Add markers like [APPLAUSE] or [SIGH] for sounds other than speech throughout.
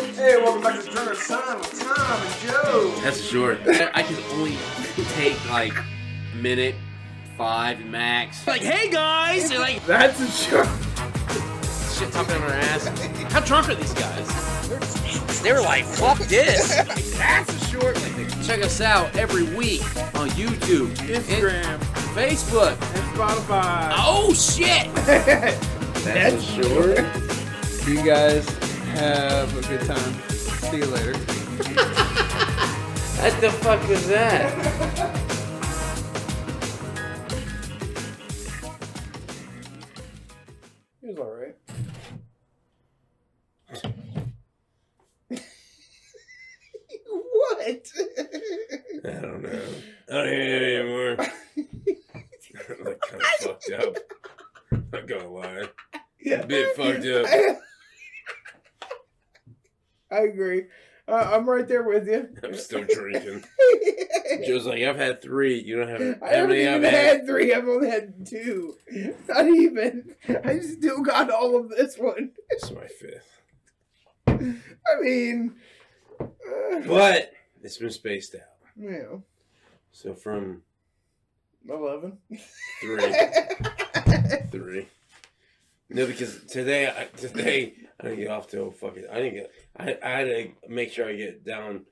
Hey, welcome back to Turner Sign with Tom and Joe. That's short. I can only take like a minute, five max. Like, hey guys! They're like That's a short. shit talking on our ass. How drunk are these guys? They were like, fuck this. That's a short one. Check us out every week on YouTube, Instagram In- Facebook. and Spotify. Oh shit! [LAUGHS] That's short. You guys have a good time. See you later. What the fuck was that? He was [LAUGHS] alright. what? I don't know. I don't hear it anymore. I'm like kind of fucked up. Not gonna lie, yeah. a bit fucked up. I, [LAUGHS] I agree. Uh, I'm right there with you. I'm still drinking. Joe's like, I've had three. You don't have I how haven't many even I've had. had three. I've only had two. Not even. I still got all of this one. It's my fifth. I mean, uh, But it's been spaced out. yeah, So from [LAUGHS] eleven. three, three. No, because today, I, today I didn't get off till fucking. I didn't get. I, I had to make sure I get down.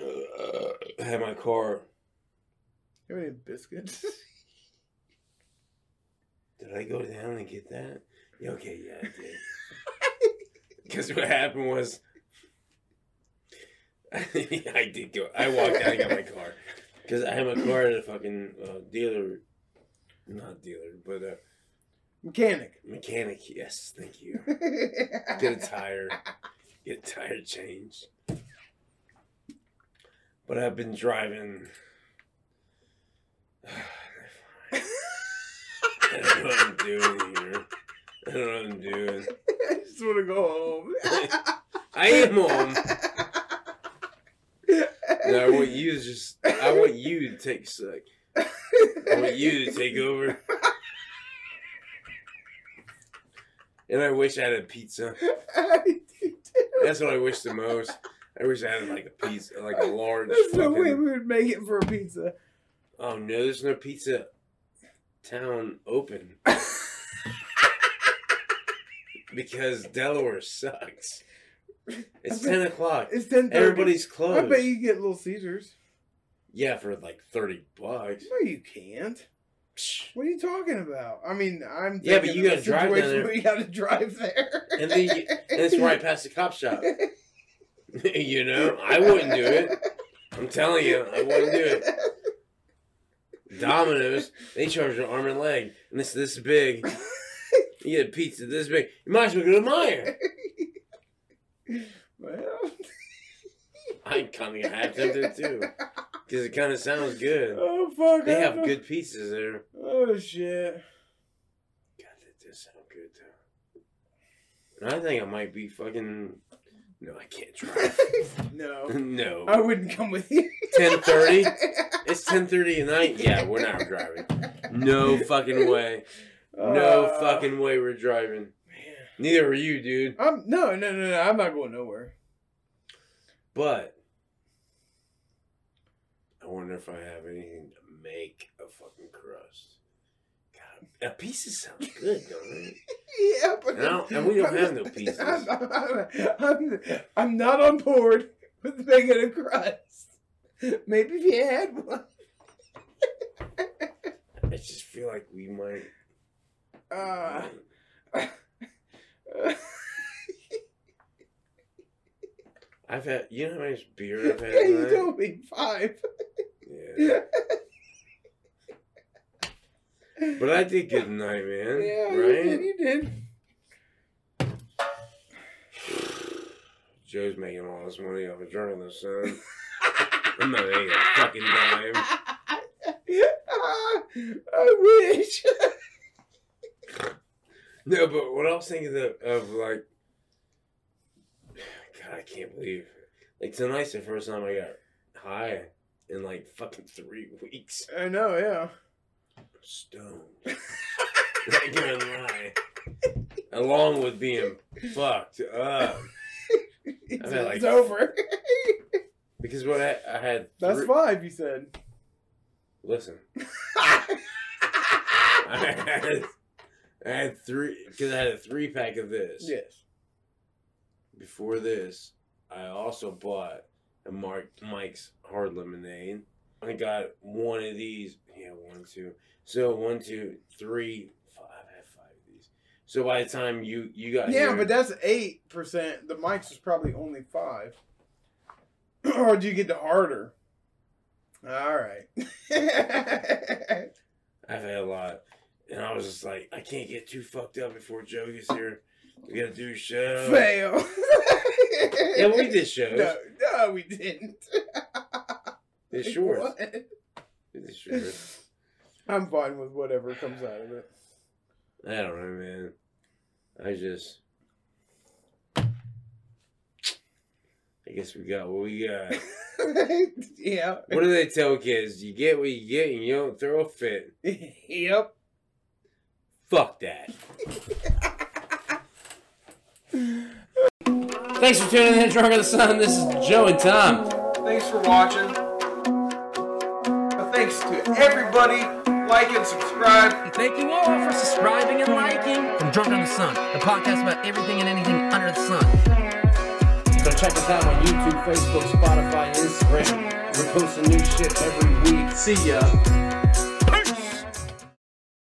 Uh, I had my car. How many biscuits? Did I go down and get that? Yeah, okay, yeah, I did. Because what happened was, [LAUGHS] I did go. I walked out and got my car because I had my car at a fucking uh, dealer, not dealer, but a Mechanic. mechanic. Yes, thank you. Did get a tire, get a tire changed. But I've been driving. [SIGHS] I don't know what I'm doing here. I don't know what I'm doing. [LAUGHS] I just want to go I am home. home. Now I want you to just. I want you to take suck. I want you to [LAUGHS] take over. And I wish I had a pizza. That's what I wish the most. I wish I had like a pizza, like a large. There's no fucking- way we would make it for a pizza. [LAUGHS] Oh no, there's no pizza town open. because Delaware sucks. It's I bet- ten o'clock. It's ten thirty. Everybody's I closed. bet you can get Little Caesars. Yeah, for like thirty [LAUGHS] bucks. No, you can't. Psh. What are you talking about? I mean, I'm Yeah, but thinking you of a gotta drive down situation there. where You got to drive there, And then you- And it's [LAUGHS] right past the cop shop. [LAUGHS] you know, I wouldn't do it. I'm telling you, I wouldn't do it. Domino's, they charge an arm and leg, and it's this big. You get a pizza this big. You might as well go to Meyer. Well, I'm kind of half tempted too, because it kind of sounds good. oh fuck! They I have don't- good pizzas there. Oh shit! God, that does sound good though. And I think I might be fucking. No, I can't [LAUGHS] drive. no, no, I wouldn't come with [LAUGHS] you. ten thirty. It's ten thirty at night. Yeah, we're not driving. [LAUGHS] No fucking way. No Uh, fucking way we're driving. Man. Neither are you, dude. I'm no, no, no, no. I'm not going nowhere. But I wonder if I have anything to make a fucking crust. God, a pizza sounds good, don't it? Yeah, but No, and we don't have no pizzas. I'm, I'm- I'm- I'm not on board with making a crust. Maybe if you had one. I just feel like we might. Uh, [LAUGHS] I've had. You know how much beer I've had. [LAUGHS] yeah, you tonight? told me five. [LAUGHS] Yeah. But I did good tonight, man. yeah, you did. right? You did. [LAUGHS] Joe's making all this money off of [LAUGHS] journalists, son. I'm not making a fucking dime. Ah, I wish. No, but what I was thinking of, of like, [SIGHS] God, I can't believe, like tonight's the first time I got high in like fucking three weeks. I know. Yeah. I'm stoned. [LAUGHS] I can't lie. Along with being fucked up. It's, mean, like- it's over. Because what I, I had. [LAUGHS] That's three- five, you [LAUGHS] said. Listen. [LAUGHS] I had, I had three. Because I had a three pack of this. yes. Before this, I also bought a Mark Mike's Hard Lemonade. I got one of these. Yeah, one, two. So one, two, three, five. I had five of these. So by the time you you got Yeah, here- but that's eight percent. The mics was probably only five. [CLEARS THROAT] or do you get the harder? All [LAUGHS] right. I've had a lot, and I was just like, I can't get too fucked up before Joe gets here. We gotta do shows. Fail. Uh, [LAUGHS] Yeah, we did shows. No, no, we didn't. It's short. What? It's short. I'm fine with whatever comes out of it. I don't know, man. I just. I guess we got what we got. yeah. [LAUGHS] What do they tell kids? You get what you get and you don't throw a fit. Yep. Fuck that. Thanks for tuning in, Drunk of the Sun. This is Joe and Tom. Thanks for watching. Thanks to everybody. Like and subscribe. Thank you all for subscribing and liking. From Drunk on the Sun, the podcast about everything and anything under the sun. So check us out on YouTube, Facebook, Spotify, Instagram. We're posting new shit every week. See ya.